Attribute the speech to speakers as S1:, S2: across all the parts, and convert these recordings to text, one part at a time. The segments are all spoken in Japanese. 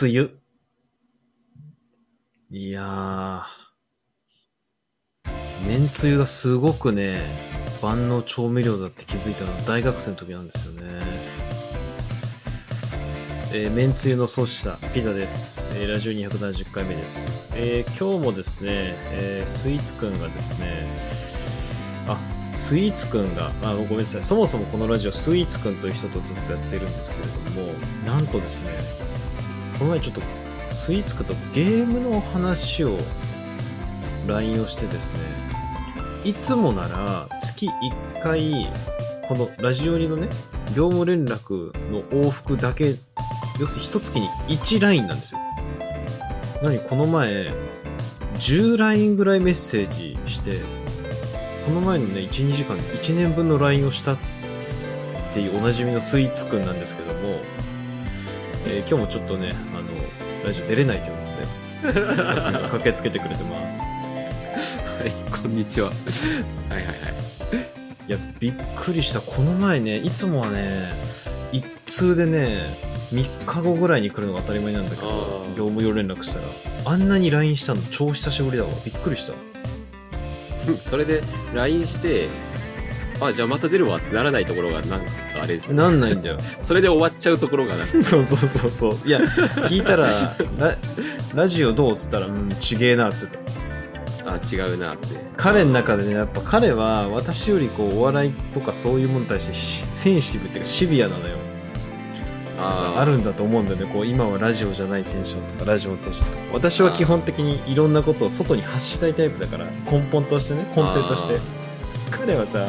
S1: 梅雨。いやー。麺つゆがすごくね、万能調味料だって気づいたのは大学生の時なんですよね。えー、麺つゆの創始者、ピザです。えーラジオ270回目です。えー今日もですね、えースイーツくんがですね、あ、スイーツくんが、あごめんなさい、そもそもこのラジオ、スイーツくんという人とずっとやってるんですけれども、なんとですね、この前ちょっとスイーツくんとゲームの話を LINE をしてですねいつもなら月1回このラジオにのね業務連絡の往復だけ要するに1月に1 LINE なんですよなのにこの前10 LINE ぐらいメッセージしてこの前のね12時間で1年分の LINE をしたっていうおなじみのスイーツくんなんですけどもえー今日もちょっとねあのラジオ出れないということで 駆けつけてくれてます
S2: はい、こんにちは。はいはいはい。
S1: いやびっくりしたこの前ねいつもはね一通でね3日後ぐらいに来るのが当たり前なんだけど
S2: あー
S1: 業務用連絡したらあんなに LINE したの超久しぶりだわびっくりした
S2: それで LINE して、あ、じゃあまた出るわってならないところが、なんかあれですよね。
S1: なんないんだよ
S2: それで終わっちゃうところがなん か、
S1: そうそうそうそういや聞いたらラ「ラジオどう?」っつったら「うんちげえな」っつってた
S2: あ、違うなって。
S1: 彼の中でねやっぱ彼は私よりこうお笑いとかそういうものに対してしセンシティブっていうかシビアなのよ
S2: あー
S1: あるんだと思うんだよねこう今はラジオじゃないテンションとかラジオのテンションとか私は基本的にいろんなことを外に発したいタイプだから根本としてね根底として
S2: あー
S1: 彼はさ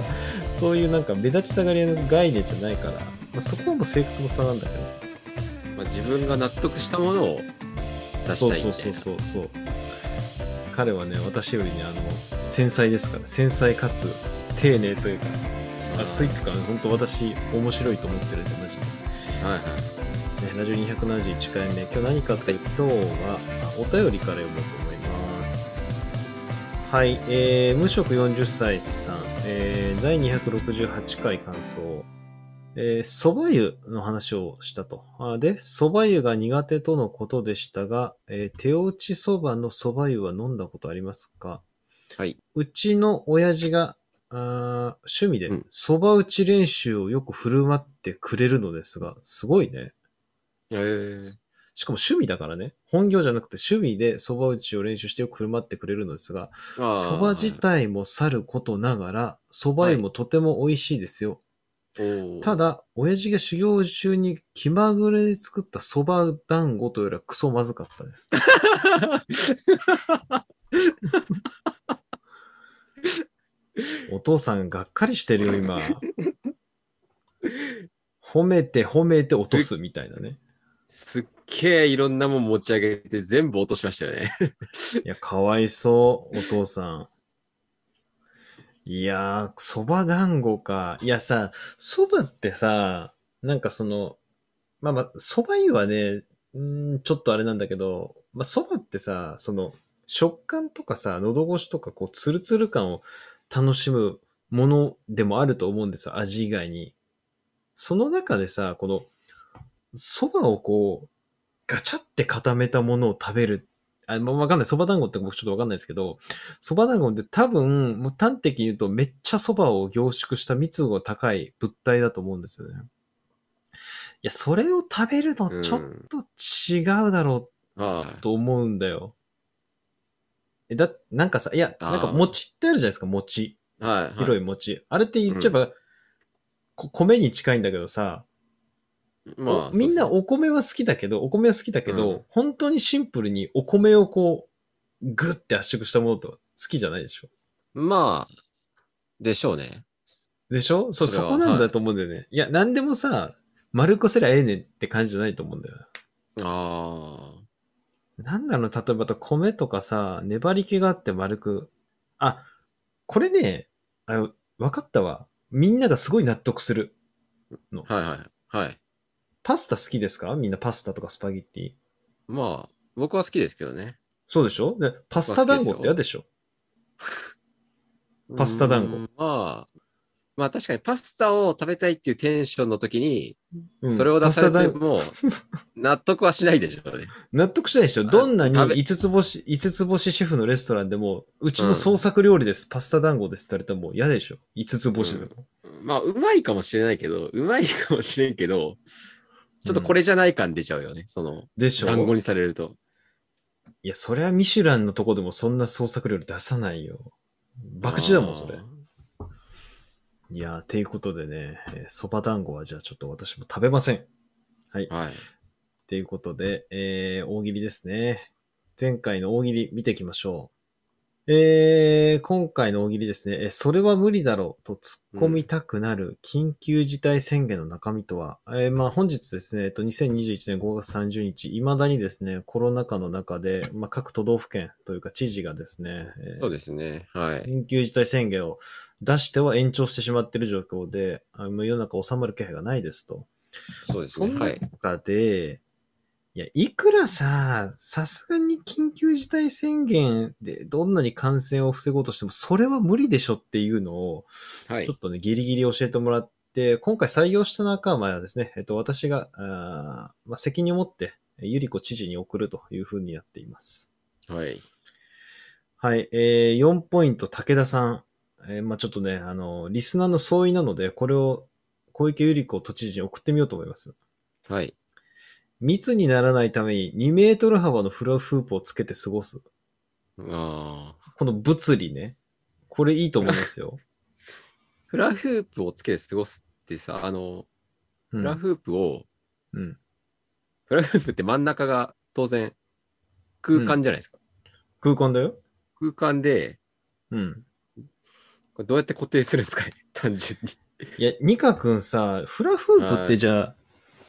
S1: そういうなんか目立ちたがり屋の概念じゃないから、まあ、そこはもう性格の差なんだけどさ
S2: まあ、自分が納得したものを出したい
S1: そ
S2: み
S1: う
S2: たい
S1: そう
S2: な。
S1: そうそうそう彼はね私よりねあの繊細ですから繊細かつ丁寧というかあスイッチから本当私面白いと思ってるんでマジで
S2: はいはい。
S1: ねラジオ271回目今日何かって今日はあお便りから読もうと思いますはい、えー、無職40歳さん、えー、第268回感想えー、蕎麦湯の話をしたと。あで、蕎麦湯が苦手とのことでしたが、えー手打ち蕎麦の蕎麦湯は飲んだことありますか
S2: はい。
S1: うちの親父が、あー趣味で
S2: うん
S1: 蕎麦打ち練習をよく振る舞ってくれるのですが、すごいね。
S2: えー、
S1: しかも趣味だからね。本業じゃなくて趣味で蕎麦打ちを練習してよく振る舞ってくれるのですが、
S2: あー
S1: 蕎麦自体もさることながら、蕎麦湯もとても美味しいですよ。
S2: おー
S1: ただ、親父が修行中に気まぐれで作った蕎麦団子というよりはクソまずかった です。お父さんがっかりしてるよ、今。褒めて褒めて落とすみたいなね。
S2: すっげえいろんなもん持ち上げて全部落としましたよね。
S1: いや、かわいそう、お父さん。いやー、そば団子か。いやさ、そばってさ、なんかその、まあまあ、そば湯はね、んーちょっとあれなんだけど、まあそばってさ、その、食感とかさ、喉越しとか、こう、ツルツル感を楽しむものでもあると思うんですよ、味以外に。その中でさ、この、そばをこう、ガチャって固めたものを食べるあ、まあ、わかんない。蕎麦団子って僕ちょっとわかんないですけど、蕎麦団子って多分、もう端的に言うとめっちゃ蕎麦を凝縮した密度が高い物体だと思うんですよね。いや、それを食べるのちょっと違うだろ
S2: は
S1: うと思うんだよ。え、だ、なんかさ、いや、
S2: あー
S1: なんか餅ってあるじゃないですか、餅。
S2: い。はい。
S1: 広
S2: い。
S1: い餅。あれって言っちゃえば、こ米に近いんだけどさ、
S2: まあ、
S1: おみんな
S2: そう
S1: お米は好きだけど、お米は好きだけど、
S2: うん
S1: 本当にシンプルにお米をこう、グッて圧縮したものと好きじゃないでしょ
S2: そうまあ、でしょうね。
S1: でしょそう、
S2: そ
S1: そ
S2: れは
S1: こなんだと思うんだよね。い、や、なんでもさ、丸こせりゃええねんって感じじゃないと思うんだよ。
S2: ああ。
S1: なんだろう、例えばと米とかさ、粘り気があって丸く。あ、これね、あの、わかったわ。みんながすごい納得する。
S2: はいはい。はい。
S1: パスタ好きですかみんなパスタとかスパゲッティ。
S2: まあ、僕は好きですけどね。
S1: そうでしょでパスタ団子って嫌でしょパスタ団子
S2: うんまあ、まあ確かにパスタを食べたいっていうテンションの時に、
S1: うん
S2: それを出され
S1: パス
S2: て
S1: タ代
S2: も、納得はしないでしょうね。
S1: 納得しないでしょ。
S2: あ
S1: どんなに
S2: 食べ
S1: 五つ星、五つ星シェフのレストランでも、うちの創作料理です、パスタ団子ですって言われたらもう嫌でしょ。五つ星でも。
S2: まあ、うまいかもしれないけど、うまいかもしれんけど、ちょっとこれじゃない感出ちゃうよね。その、
S1: でしょ。
S2: 単語にされると。
S1: いや、そりゃミシュランのとこでもそんな創作料理出さないよ。爆地だもん、それ
S2: あ。
S1: いやー、ていうことでね、えーそば団子はじゃあちょっと私も食べません。はい
S2: ー。。はい。
S1: っていうことで、えー、大喜利ですね。前回の大喜利見ていきましょう。えー、今回の大喜利ですね、えーそれは無理だろうと突っ込みたくなる緊急事態宣言の中身とは、えーまあ本日ですね、えっと、2021年5月30日、未だにですね、コロナ禍の中で、まあ各都道府県というか知事がですね、えー
S2: そうですね。はい。
S1: 緊急事態宣言を出しては延長してしまっている状況で、あもう世の中収まる気配がないですと。
S2: そうです
S1: そ
S2: ね。
S1: の
S2: はい。
S1: 中で、いや、いくらさ、さすがに緊急事態宣言でどんなに感染を防ごうとしても、それは無理でしょっていうのを、
S2: はい
S1: ちょ。っとね、ギリギリ教えてもらって、今回採用した仲間はですね、えっと、私が、あーまあ、責任を持って、ゆり子知事に送るというふうにやっています。
S2: はい。
S1: はい、えー、4ポイント、武田さん。えーまあちょっとね、あの、リスナーの相違なので、これを小池百合子都知事に送ってみようと思います。
S2: はい。
S1: 密にならないために2メートル幅のフラフープをつけて過ごす。
S2: ああ。
S1: この物理ね。これいいと思います よ。
S2: フラフープをつけて過ごすってさ、あの、
S1: う
S2: フ
S1: ん
S2: ラフープを、
S1: うん。
S2: フラフープって真ん中が当然空間じゃないですか。
S1: 空間だよ。
S2: 空間で、
S1: うん。
S2: これどうやって固定するんですかね 単純に。
S1: いや、ニカ君さ、フラフープっ
S2: は
S1: て
S2: い
S1: じゃあ、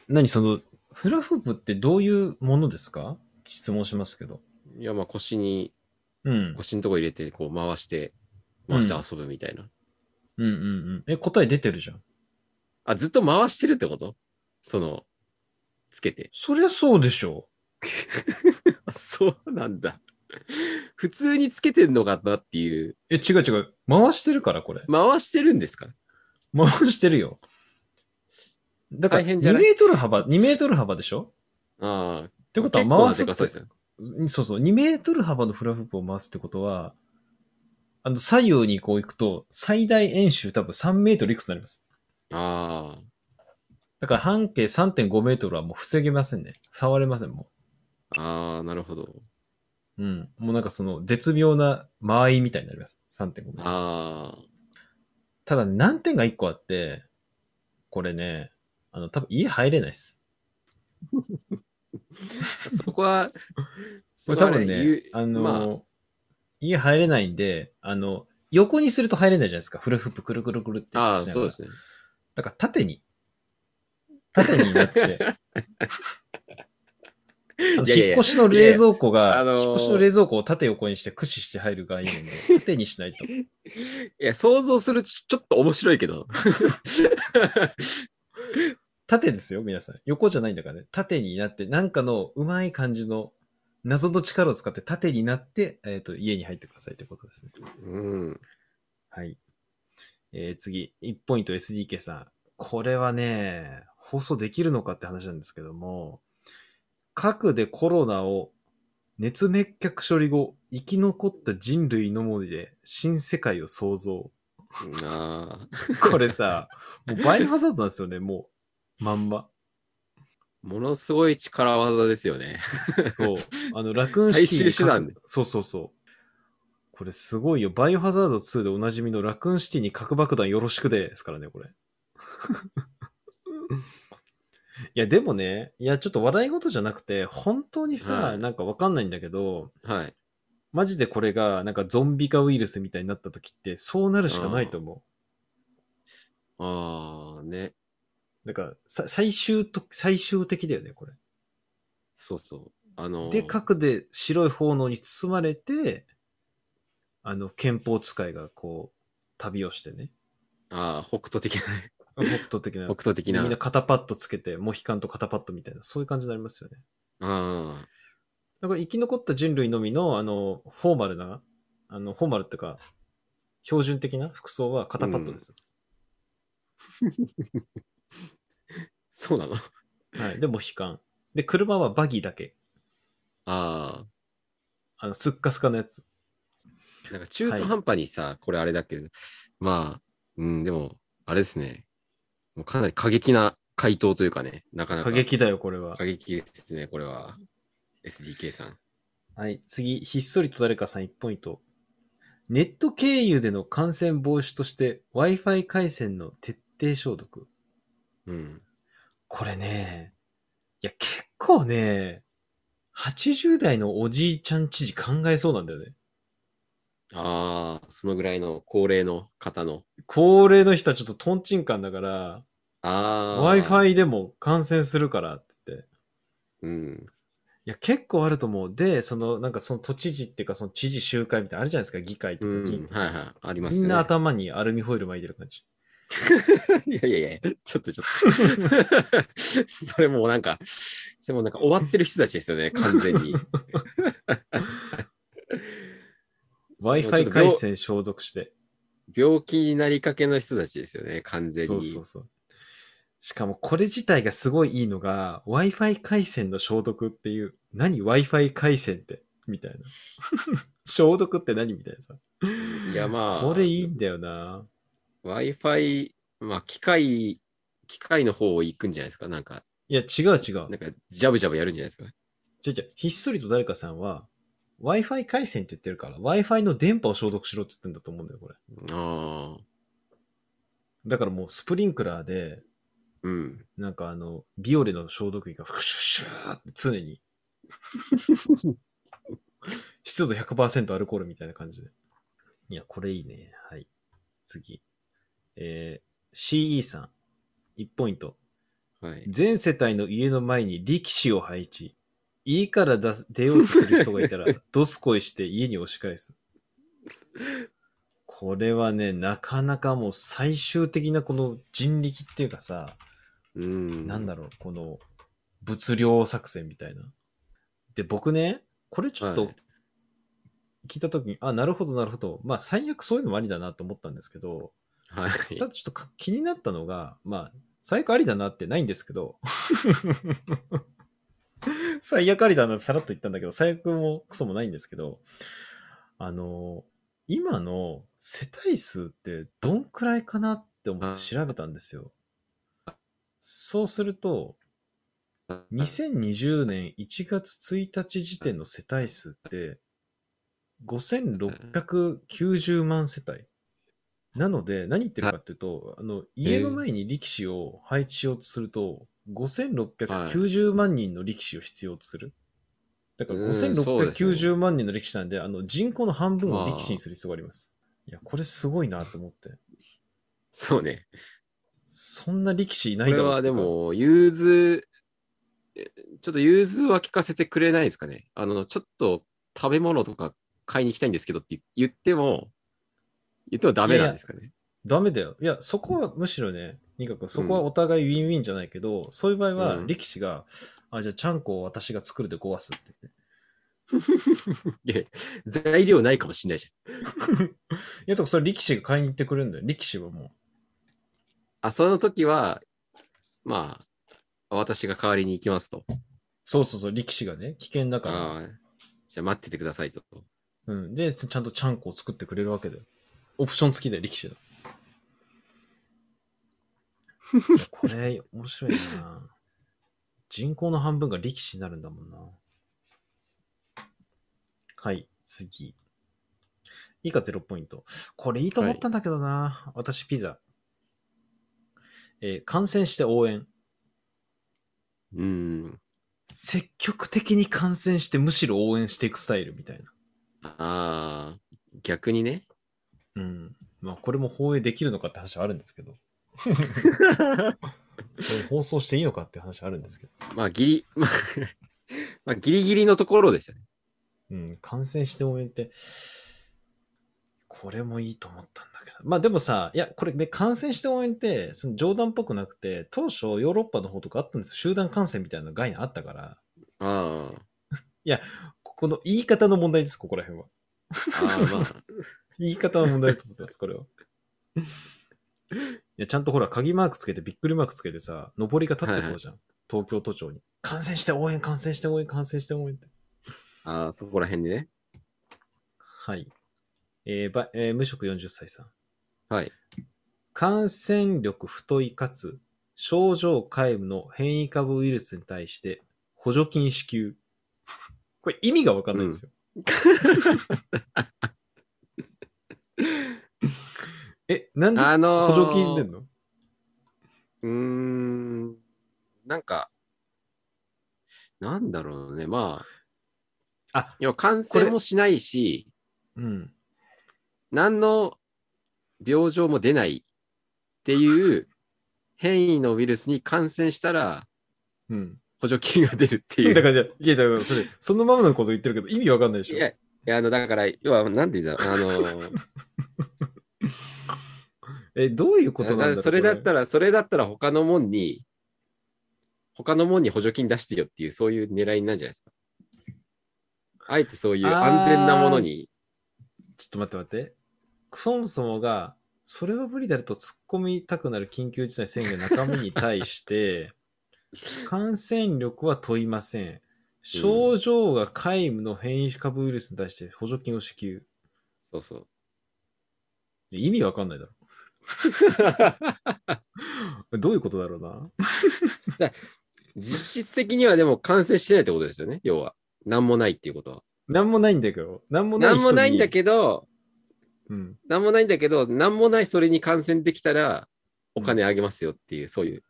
S1: 何その、フラフープってどういうものですか質問しますけど。
S2: いや、まあ腰に、
S1: うん。
S2: 腰のとこ入れて、こう回して、回して遊ぶみたいな。
S1: うんうんうん。え、答え出てるじゃん。
S2: あ、ずっと回してるってことその、つ けて。
S1: そりゃそうでしょう。
S2: あ、そうなんだ。普通につけてんのかなっていう。
S1: え、違う違う。回してるから、これ。
S2: 回してるんですか
S1: 回してるよ。だから、
S2: 大変じゃ
S1: 2
S2: ない
S1: メートル幅、2メートル幅でしょ
S2: ああ。っ
S1: ってことは回すって
S2: そうですよ。
S1: そうそう。2メートル幅のフラフープを回すってことは、あの、左右にこう行くと、最大円周多分3メートルいくつになります。
S2: あ
S1: だから半径3.5メートルはもう防げませんね。触れません、も
S2: あ。ああ、なるほど。
S1: う。うん。もうなんかその、絶妙な間合いみたいになります。3.5メートル。
S2: ああ。
S1: ただ、難点が1個あって、これね、あの、多分家入れないです。
S2: そこは、
S1: こ
S2: そ
S1: れ多
S2: こは
S1: 分
S2: 言
S1: ね
S2: う、
S1: あの、
S2: ま
S1: 家入れないんで、あの、横にすると入れないじゃないですか。フルフープくるくるくるってしなが
S2: あ、
S1: ら。
S2: ああ、そうですね。
S1: だから縦に。縦にな って。あの
S2: いやいや
S1: 引っ越しの冷蔵庫が、
S2: いやいやあのー
S1: 引っ越しの冷蔵庫を縦横にして駆使して入る概念で、縦にしないと。
S2: いや、想像するとちょっと面白いけど。
S1: 縦ですよ、皆さん。横じゃないんだからね。縦になって、なんかのうまい感じの謎の力を使って縦になって、えっ、と、家に入ってくださいということですね。
S2: うん。
S1: はい。えー次、1ポイント SDK さん。これはね、放送できるのかって話なんですけども、核でコロナを熱滅却処理後、生き残った人類の森で新世界を創造。
S2: ああ。
S1: これさ、もうバイオハザードなんですよね、もう。まんま。
S2: ものすごい力技ですよね。
S1: そう。あの、ラクー ンシティに
S2: 最終手段
S1: 核そうそうそう。これすごいよ。バイオハザード2でおなじみのラクーンシティに核爆弾よろしくですからね、これ。いや、でもね、いや、ちょっと笑い事じゃなくて、本当にさ、
S2: はい
S1: なんかわかんないんだけど、
S2: はい。
S1: マジでこれが、なんかゾンビ化ウイルスみたいになった時って、そうなるしかないと思
S2: ああ、ね。
S1: う。なんか、さ最終と、最終的だよね、これ。
S2: そうそう。あのー
S1: で、核で白い炎に包まれて、あの、憲法使いがこう、旅をしてね。
S2: ああ、北斗的なね、
S1: 北斗的な。
S2: 北斗的な。
S1: みんな
S2: あ
S1: 肩パッドつけて、モヒカンと肩パッドみたいな、そういう感じになりますよね。
S2: あ
S1: だから生き残った人類のみの、あの、フォーマルな、あの、フォーマルっていうか、標準的な服装は肩パッドです。
S2: そうなのあ
S1: はい。でも悲観。で、車はバギーだけ。
S2: あ
S1: あの、すっかすかのやつ。
S2: ー。なんか中途半端にさ、これあれだけど、まあ、うん、でも、あれですね。もうかなり過激な回答というかね、なかなか。
S1: 過激だよ、これは
S2: 過。激ですね、これは。SDK さん。
S1: はい。次、ひっそりと誰かさん1ポイント。ネット経由での感染防止として Wi-Fi 回線の徹底消毒。
S2: うん。
S1: これね、いや、結構ね、80代のおじいちゃん知事考えそうなんだよね。
S2: ああ、そのぐらいの高齢の方の。
S1: 高齢の人はちょっとトンチンカンだから、
S2: ああ。。
S1: Wi-Fi でも感染するからって言って。
S2: うん。
S1: いや、結構あると思う。で、その、なんかその都知事っていうか、その知事集会みたいなのあるじゃないですか、議会と
S2: う
S1: か議員
S2: ん。はいはい。あります
S1: み
S2: よね。
S1: んな頭にアルミホイル巻いてる感じ。
S2: いやいやいや、ちょっとちょっと。 それもうなんか、それもなんか終わってる人たちですよね、完全 に。もうちょっ
S1: Wi-Fi
S2: と
S1: 回線消毒して。
S2: 病気になりかけの人たちですよね、完全に。
S1: そうそうそう。しかもこれ自体がすごいいいのが、Wi-Fi 回線の消毒っていう、何 Wi-Fi 回線ってみたいな。 消毒って何みたいなさ。
S2: いやまあ、
S1: これいいんだよな。
S2: Wi-Fi、まあ、機械、機械の方を行くんじゃないですか、なんか、
S1: いや、違う違う
S2: なん。か、ジャブジャブやるんじゃないですか。
S1: じゃじゃひっそりと誰かさんは、Wi-Fi 回線って言ってるから、Wi-Fi の電波を消毒しろって言ってんだと思うんだよ、これ。
S2: ああ、
S1: だからもうスプリンクラーで、
S2: うん。
S1: なんかあの、ビオレの消毒液がフクシュッシューって常に。湿度100%アルコールみたいな感じで。いや、これいいね。はい。次。えー、CE さん、1ポイント。
S2: はい。
S1: 全世帯の家の前に力士を配置。家から出す出ようとする人がいた ら、ドスコイして家に押し返す。これはね、なかなかもう最終的なこの人力っていうかさ、
S2: うん。
S1: なんだろう、この物量作戦みたいな。で、僕ね、これちょっと
S2: はい
S1: 聞いたときに、あ、なるほど、なるほど。まあ、最悪そういうのもありだなと思ったんですけど、
S2: はい。
S1: ただちょっとか気になったのが、まあ、最悪ありだなってないんですけど、 最悪ありだなってさらっと言ったんだけど、最悪もクソもないんですけど、あの、今の世帯数ってどんくらいかなって思って調べたんですよ。そうすると、2020年1月1日時点の世帯数って5690万世帯。なので、何言ってるかっていうと、あの、家の前に力士を配置しようとすると、5690万人の力士を必要とする。だから
S2: うんそうですね
S1: 5690万人の力士なんで、あの、人口の半分を力士にする必要があります。いや、これすごいなと思って。
S2: そうね。
S1: そんな力士いな
S2: こ
S1: い
S2: れ
S1: だろう
S2: は
S1: って
S2: で
S1: いうか
S2: も、融通、えちょっと融通は聞かせてくれないですかね。あの、ちょっと食べ物とか買いに行きたいんですけどって言っても、言ってもダメなんですかね。
S1: ダメだよ。いや、そこはむしろね、ニカ君、そこはお互いウィンウィンじゃないけど、そういう場合は
S2: う、ん
S1: 力士が、あ、じゃあ、ちゃんこを私が作るで壊すって言って。
S2: いや材料ないかもしれないじゃん。
S1: いや、とか、それ力士が買いに行ってくれるんだよ。力士はも
S2: あ、その時は、まあ、私が代わりに行きますと。
S1: う。そうそうそう、力士がね、危険だか
S2: ああ、じゃあ待っててくださいと。
S1: ら。うん。で、ちゃんとちゃんこを作ってくれるわけだよ。オプション付きだよ、力士だ。いやこれ、面白いな人口の半分が力士になるんだもんな。はい、次。以下0ポイント。これいいと思ったんだけどな、私ピザ。えー感染して応援。
S2: うん。
S1: 積極的に感染してむしろ応援していくスタイルみたいな。
S2: ああ、逆にね。
S1: うん。まあこれも放映できるのかって話はあるんですけど。これ放送していいのかって話はあるんですけど。
S2: まあ、ギリ、まあ、 まあ、ギリギリのところですよね。
S1: うん。感染して応援って、これもいいと思ったんだけど。まあでもさ、いや、これね、感染して応援って、その冗談っぽくなくて、当初ヨーロッパの方とかあったんですよ。集団感染みたいな概念あったから。
S2: ああ、
S1: ここの言い方の問題です、ここら辺は。
S2: ああ、まあ。
S1: 言い方の問題だと思ってます、これは。や、ちゃんとほら、鍵マークつけて、びっくりマークつけてさ、上りが立ってそうじゃん。東京都庁に。感染して応援、感染して応援、感染して応援って。
S2: ああ、そこら辺でね。
S1: はい。えーばえー無職40歳さん。
S2: はい。
S1: 感染力太いかつ症状皆無の変異株ウイルスに対して補助金支給。これ意味がわかんないんですよ。 え、なんで
S2: あの
S1: 補
S2: ー、
S1: 助金出んの
S2: うーん、なんか、なんだろうね。まあ、
S1: あ
S2: 要は感染
S1: これ
S2: もしないし、
S1: うん。
S2: 何の病状も出ないっていう変異のウイルスに感染したら
S1: うん。
S2: 補助金が出るってい
S1: だか
S2: う。
S1: ら、いや、だからそれ、そのままのこと言ってるけど、意味わかんないでし
S2: い
S1: ょ。
S2: や、いやあの、だから、要は、なんて言うんだろう。あの、
S1: え、どういうことなんだろう
S2: それだっ
S1: ら。
S2: たら、それだったら他のもんに、他のもんに補助金出してよっていう、そういう狙いなんじゃないですか。あえてそういう安全なものに。
S1: ちょっと待って待って。そもそもが、それは無理だと突っ込みたくなる緊急事態宣言の中身に対 して、感染力は問いません。症状が皆無の変異株ウイルスに対して補助金を支給。
S2: そ うそう。
S1: 意味わかんないだろ。どういうことだろうな。
S2: 実質的にはでも感染してないってことですよね、要は。何もないっていうことは。
S1: なんもないんだけど。なんもない人
S2: 何
S1: に。
S2: もないんだけど、
S1: うん。
S2: 何もないんだけど、何もないそれに感染できたら、お金あげますよっていう、そういう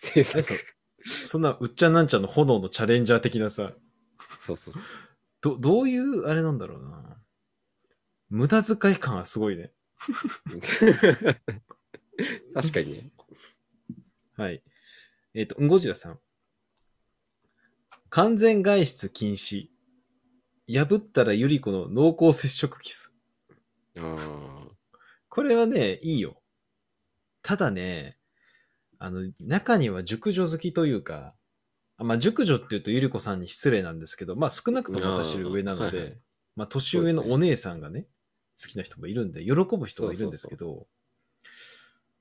S2: 政
S1: え
S2: 策
S1: そ。そんな、うっちゃなんちゃの炎のチャレンジャー的なさ、
S2: そうそうそう。
S1: ど、どういう、あれなんだろうな。無駄遣い感はすごいね。
S2: 確かにね。
S1: はい。えっ、と、ゴジラさん。完全外出禁止。破ったらユリコの濃厚接触キス。
S2: あ
S1: これはね、いいよ。ただね、あの、中には熟女好きというか、あまあ、熟女って言うとゆり子さんに失礼なんですけど、まあ、少なくとも私より上なの
S2: あー
S1: で、
S2: はいはい
S1: まあ、年上のお姉さんがね、好きな人もいるんで、喜ぶ人がいるんですけど、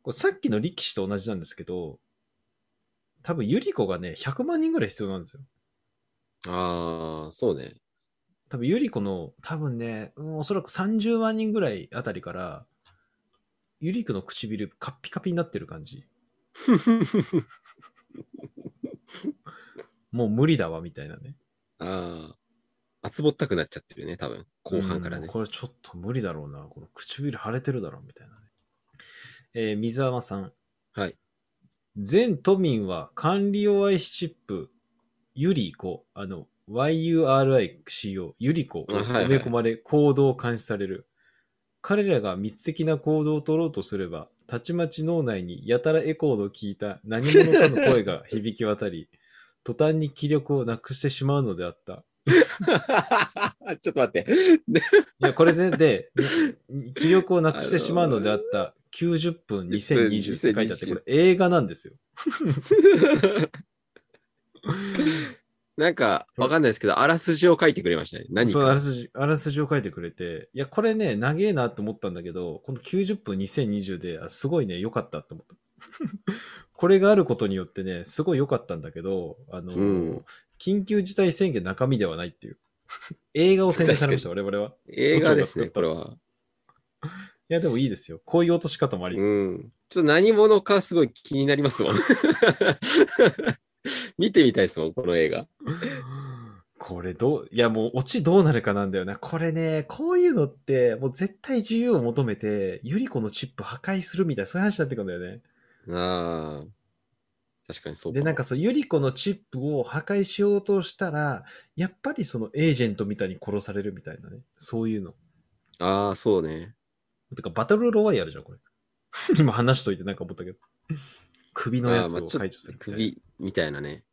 S1: これさっきの力士と同じなんですけど、多分ゆり子がね、100万人ぐらい必要なんですよ。
S2: あ。ああ、そうね。
S1: 多分ユリコの、多分ね、うんおそらく30万人ぐらいあたりから、ユリコの唇カッピカピになってる感じ。もう無理だわ、みたいなね。
S2: ああ。厚ぼったくなっちゃってるね、多分。後半から
S1: うん
S2: ね。
S1: これちょっと無理だろうな。この唇腫れてるだろう、みたいなね。えー水山さん。
S2: はい。
S1: 全都民は管理 OI チップ、ユリコ、あの、YURICO、ユリコを
S2: あはいはい
S1: 埋め込まれ行動を監視される。彼らが密的な行動を取ろうとすれば、たちまち脳内にやたらエコードを聞いた何者かの声が響き渡 り、途端に気力をなくしてしまうのであった。
S2: ちょっと待って。
S1: いや、これで、で、ね気力をなくしてしまうのであった、90分2020って書いてあって、これ映画なんですよ。
S2: なんか、わかんないですけど、あらすじを書いてくれましたね。何
S1: そう、あら
S2: か。
S1: すじ、あらすじを書いてくれて、いや、これね、長えなと思ったんだけど、この90分2020で、あすごいね、良かったって思った。 これがあることによってね、すごい良かったんだけど、あの、
S2: うん
S1: 緊急事態宣言中身ではないっていう。 映画を宣伝されました、我々は。
S2: 映画ですね、
S1: ど
S2: こ
S1: っち
S2: れ
S1: が
S2: は。
S1: いや、でもいいですよ。こういう落とし方もありそうう。
S2: ん。ちょっと何者かすごい気になりますもん。 見てみたいですもん、この映画。
S1: これどう、いやもうオチどうなるかなんだよな。これね、こういうのって、もう絶対自由を求めて、ユリコのチップ破壊するみたいな、そういう話になってくんだよね。
S2: ああ。確かにそう
S1: で、なんかそう、ユリコのチップを破壊しようとしたら、やっぱりそのエージェントみたいに殺されるみたいなね。そういうの。
S2: ああ、そうね。
S1: てか、バトルロワイヤルじゃん、これ。 今話しといてなんか思ったけど。首のやつ
S2: あーまあ
S1: を
S2: ちょっと
S1: 解除するみたいな。
S2: 首みたいなね。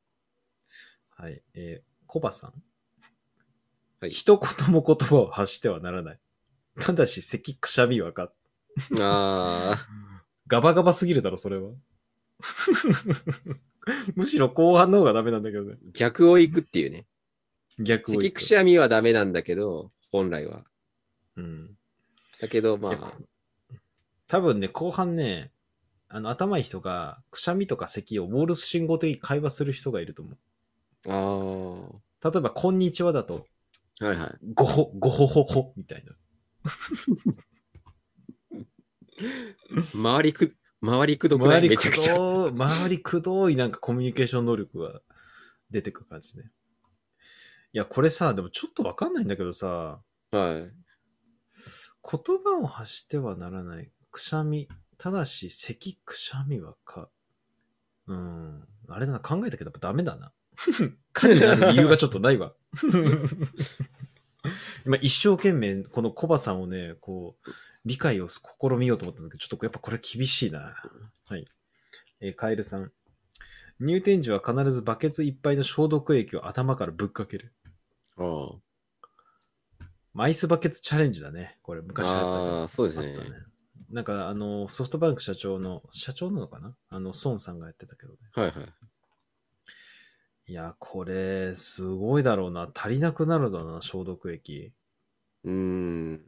S1: はい。えー、コバさん。
S2: はい
S1: 一言も言葉を発してはならない。ただし、咳、くしゃみはか。
S2: ああ。
S1: ガバガバすぎるだろ、それ は。むしろ後半の方がダメなんだけどね。
S2: 逆を行くっていうね。
S1: 逆を言
S2: 咳
S1: うと
S2: くしゃみはダメなんだけど、本来は。
S1: うん。
S2: だけど、ま
S1: いやこ多分ね、後半ね、あの、頭いい人が、くしゃみとか咳をモールス信号的に会話する人がいると思う。
S2: ああ。は
S1: 例えば、こんにちはだと、
S2: いはい。
S1: ごほ、ごほほほ、みたいな。
S2: 周りく、周りくどくな
S1: 周
S2: い
S1: り
S2: め
S1: く
S2: ちゃくちゃ。
S1: どー、周りくどいなんかコミュニケーション能力が出てくる感じね。いや、これさ、でもちょっとわかんないんだけどさ、
S2: はい。
S1: 言葉を発してはならない。くしゃみ。ただし、咳、くしゃみはか。うん。あれだな、考えたけどやっぱダメだな。かになる理由がちょっとないわ。今一生懸命、このコバさんをね、こう、理解を試みようと思ったんだけど、ちょっとやっぱこれ厳しいな。はい。えーカエルさん。入店時は必ずバケツいっぱいの消毒液を頭からぶっかける。
S2: あ
S1: アイスバケツチャレンジだね。これ昔あったけど
S2: あ。あー、そうですね
S1: あっ。たねなんかあのソフトバンク社長の社長なのかなあの孫さんがやってたけどね
S2: はいはい。
S1: いやこれすごいだろうな足りなくなるだろうな消毒液
S2: うーん。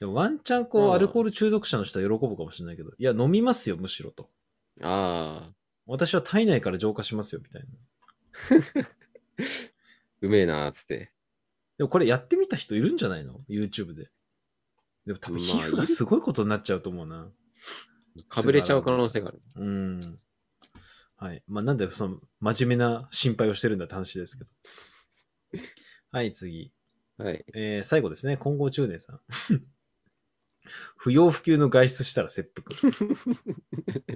S1: でもワンチャンこう、
S2: うん
S1: アルコール中毒者の人は喜ぶかもしれないけどいや飲みますよむしろと
S2: ああ、
S1: 私は体内から浄化しますよみたいな
S2: うめえなーっつって。
S1: でもこれやってみた人いるんじゃないの YouTube ででも多分皮膚
S2: まあ
S1: が
S2: いる
S1: すごいことになっちゃうと思うな
S2: かぶれちゃう可能性がある。
S1: うんはい。まあ、なんで、その、真面目な心配をしてるんだって話ですけど。 はい、次。
S2: はい。
S1: えー最後ですね。今後中年さん。 不要不急の外出したら切腹。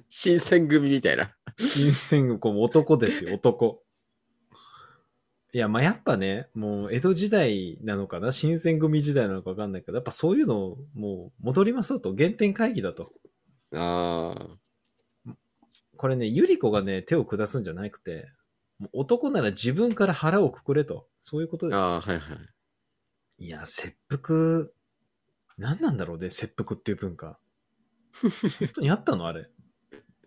S2: 新選組みたいな。
S1: 新選組、男ですよ、男。いや、まあ、やっぱね、もう、江戸時代なのかな、新選組時代なのかわかんないけど、やっぱそういうのを、もう、戻りますよと、原点会議だと。
S2: ああ、
S1: これね、ゆり子がね、手を下すんじゃなくて、もう男なら自分から腹をくくれと。そういうことです。
S2: ああー、はいはい。
S1: いや、切腹、何なんだろうね、切腹っていう文化。本当にあったのあれ。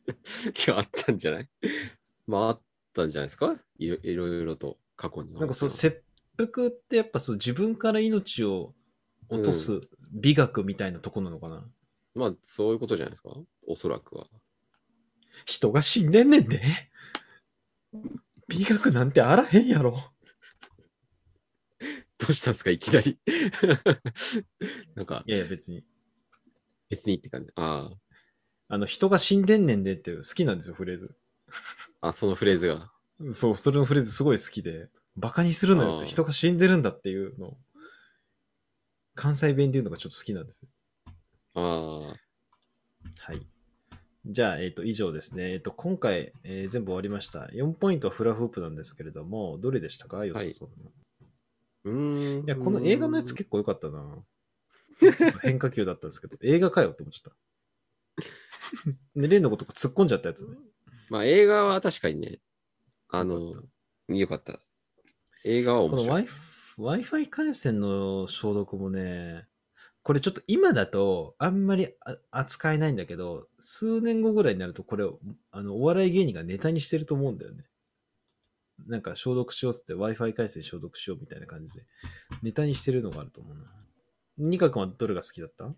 S2: 今日あったんじゃないまああったんじゃないですかいろいろいろと過去に。
S1: なんかそう、切腹ってやっぱそう、自分から命を落とす美学みたいなとこなのかな。
S2: まあそういうことじゃないですかおそらくは。
S1: 人が死んでんねんで。美学なんてあらへんやろ。
S2: どうしたんですかいきなり。 なんか
S1: いやいや、別に。
S2: 別にって感じ。あ
S1: あの、人が死んでんねんでって好きなんですよ、フレーズ。
S2: あ、あそのフレーズが。
S1: そう、それのフレーズすごい好きで、バカにするなよっ
S2: あ
S1: て、
S2: ー
S1: 人が死んでるんだっていうのを関西弁で言うのがちょっと好きなんです。
S2: ああ、
S1: はい。じゃあ、えっ、と、以上ですね。えっ、と、今回、えー全部終わりました。4ポイントはフラフープなんですけれども、どれでしたか良さそうな、
S2: うーん。
S1: い。や、この映画のやつ結構良か ったな変化球だったんですけど、映画かよって思っちゃった。ね、例のこと突っ込んじゃったやつね。
S2: まあ映画は確かにね、あの、よかった。映画は
S1: こ
S2: 面
S1: の
S2: 白い。
S1: Wi-Fi Wi-Fi 回線の消毒もね、これちょっと今だとあんまりあ扱えないんだけど、数年後ぐらいになるとこれを、あの、お笑い芸人がネタにしてると思うんだよね。なんか消毒しようっつって Wi-Fi 回線消毒しようみたいな感じで、ネタにしてるのがあると思うな。ニカ君はどれが好きだった
S2: う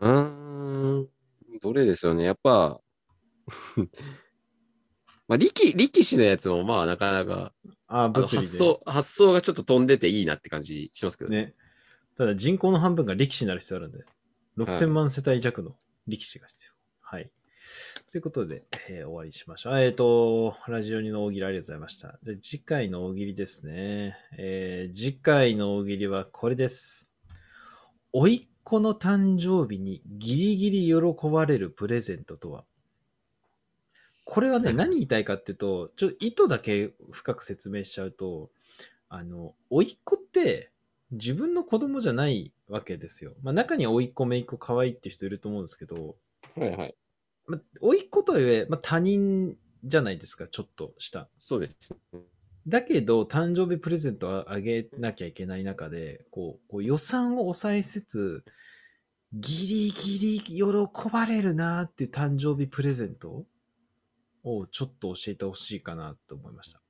S2: ーん。どれですよね。やっぱ、 まあ力、力士のやつもまあなかなか、
S1: ああ、
S2: あの
S1: 物理で。
S2: 発想、発想がちょっと飛んでていいなって感じしますけどね。
S1: ね。ただ人口の半分が力士になる必要あるんで、6000万世帯弱の力士が必要。はい。ということで、えー終わりにしましょう。あえっ、と、ラジオ2の大喜利ありがとうございました。で次回の大喜利ですね。えー次回の大喜利はこれです。甥っ子の誕生日にギリギリ喜ばれるプレゼントとはこれはね、
S2: はい
S1: 何言いたいかっていうと、ちょっと意図だけ深く説明しちゃうと、あの、甥っ子って自分の子供じゃないわけですよ。まあ中には甥っ子、姪っ子可愛いって人いると思うんですけど、
S2: はいはい。
S1: まあ、甥っ子とはいえ、まあ他人じゃないですか、ちょっとした。
S2: そうです。
S1: だけど、誕生日プレゼントをあげなきゃいけない中で、こう、こう予算を抑えつつ、ギリギリ喜ばれるなーっていう誕生日プレゼントをちょっと教えてほしいかなと思いました。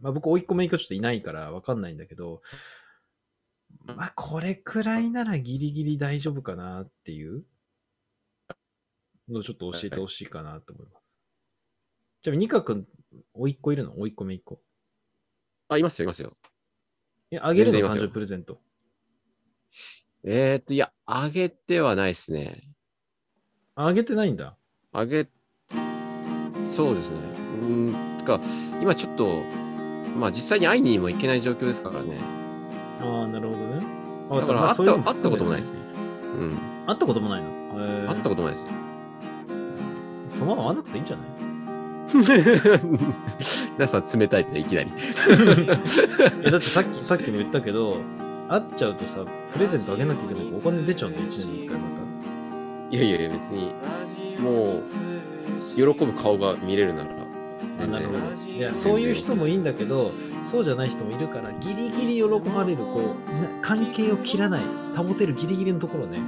S1: まあ僕、甥っ子姪っ子ちょっといないからわかんないんだけど、まあこれくらいならギリギリ大丈夫かなっていうのをちょっと教えてほしいかなと思います。ちなみに、ニカ君、おいっ子いるのおいっ子めいっ子。
S2: あ、いますよ、いますよ。
S1: え、あげるの
S2: 全然います
S1: 誕
S2: よ
S1: 生日プレゼント。
S2: えーっと、いや、あげてはないですね。
S1: ああげてないんだ。
S2: あげ、そうですね。うーん、とか、今ちょっと、まあ実際に会いにも行けない状況ですからね。
S1: ああ、なるほどね。あ
S2: だから
S1: まあ
S2: 会った、
S1: そういうのも
S2: 会ったこともないです
S1: 含
S2: ね。う
S1: め
S2: ん。
S1: てね会ったこともないの。へー
S2: 会ったこともないです。
S1: そのまま会わなくていいんじゃない
S2: 皆さん冷たいって、いきなり。
S1: えだってさっ き、さっきも言ったけど、会っちゃうとさ、プレゼントあげなきゃいけないからお金出ちゃうんだよ、1年に1回ま
S2: いやいやいや、別に、もう、喜ぶ顔が見れるなら、
S1: た。
S2: 全
S1: なる
S2: 然
S1: ほ。ど。いや、そういう人もいいんだけど、そうじゃない人もいるから、ギリギリ喜ばれる、こう、な関係を切らない、保てるギリギリのところをね、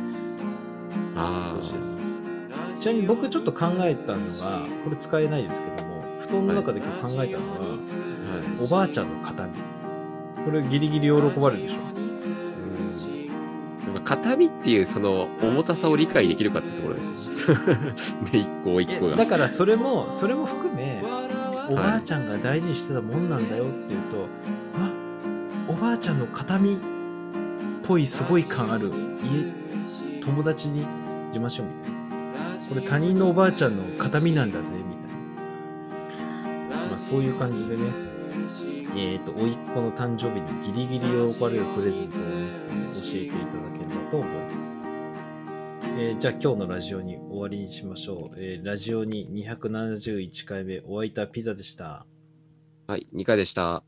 S1: やっ
S2: あ
S1: てほしいで
S2: あ、
S1: すちなみに僕ちょっと考えたのが、これ使えないですけども、布団の中で今日考えたのは、
S2: はい。
S1: おばあちゃんの形見。これギリギリ喜ばれるでしょ。
S2: うんなんか形見っていうその重たさを理解できるかってところですよね。 目一個一個
S1: え
S2: が
S1: だ。からそれも、それも含め、おばあちゃんが大事にしてたもんなんだよっていうと、あおばあちゃんの形見っぽいすごい感ある家友達に自慢しようみたいなこれ他人のおばあちゃんの形見なんだぜみたいな、まあ、そういう感じでねえっ、と甥っ子の誕生日にギリギリ喜ばれるプレゼントをね、えー教えていただければと思いますえーじゃあ今日のラジオに終わりにしましょう。えーラジオに271回目お相手はピザでした。
S2: はい、2回でした。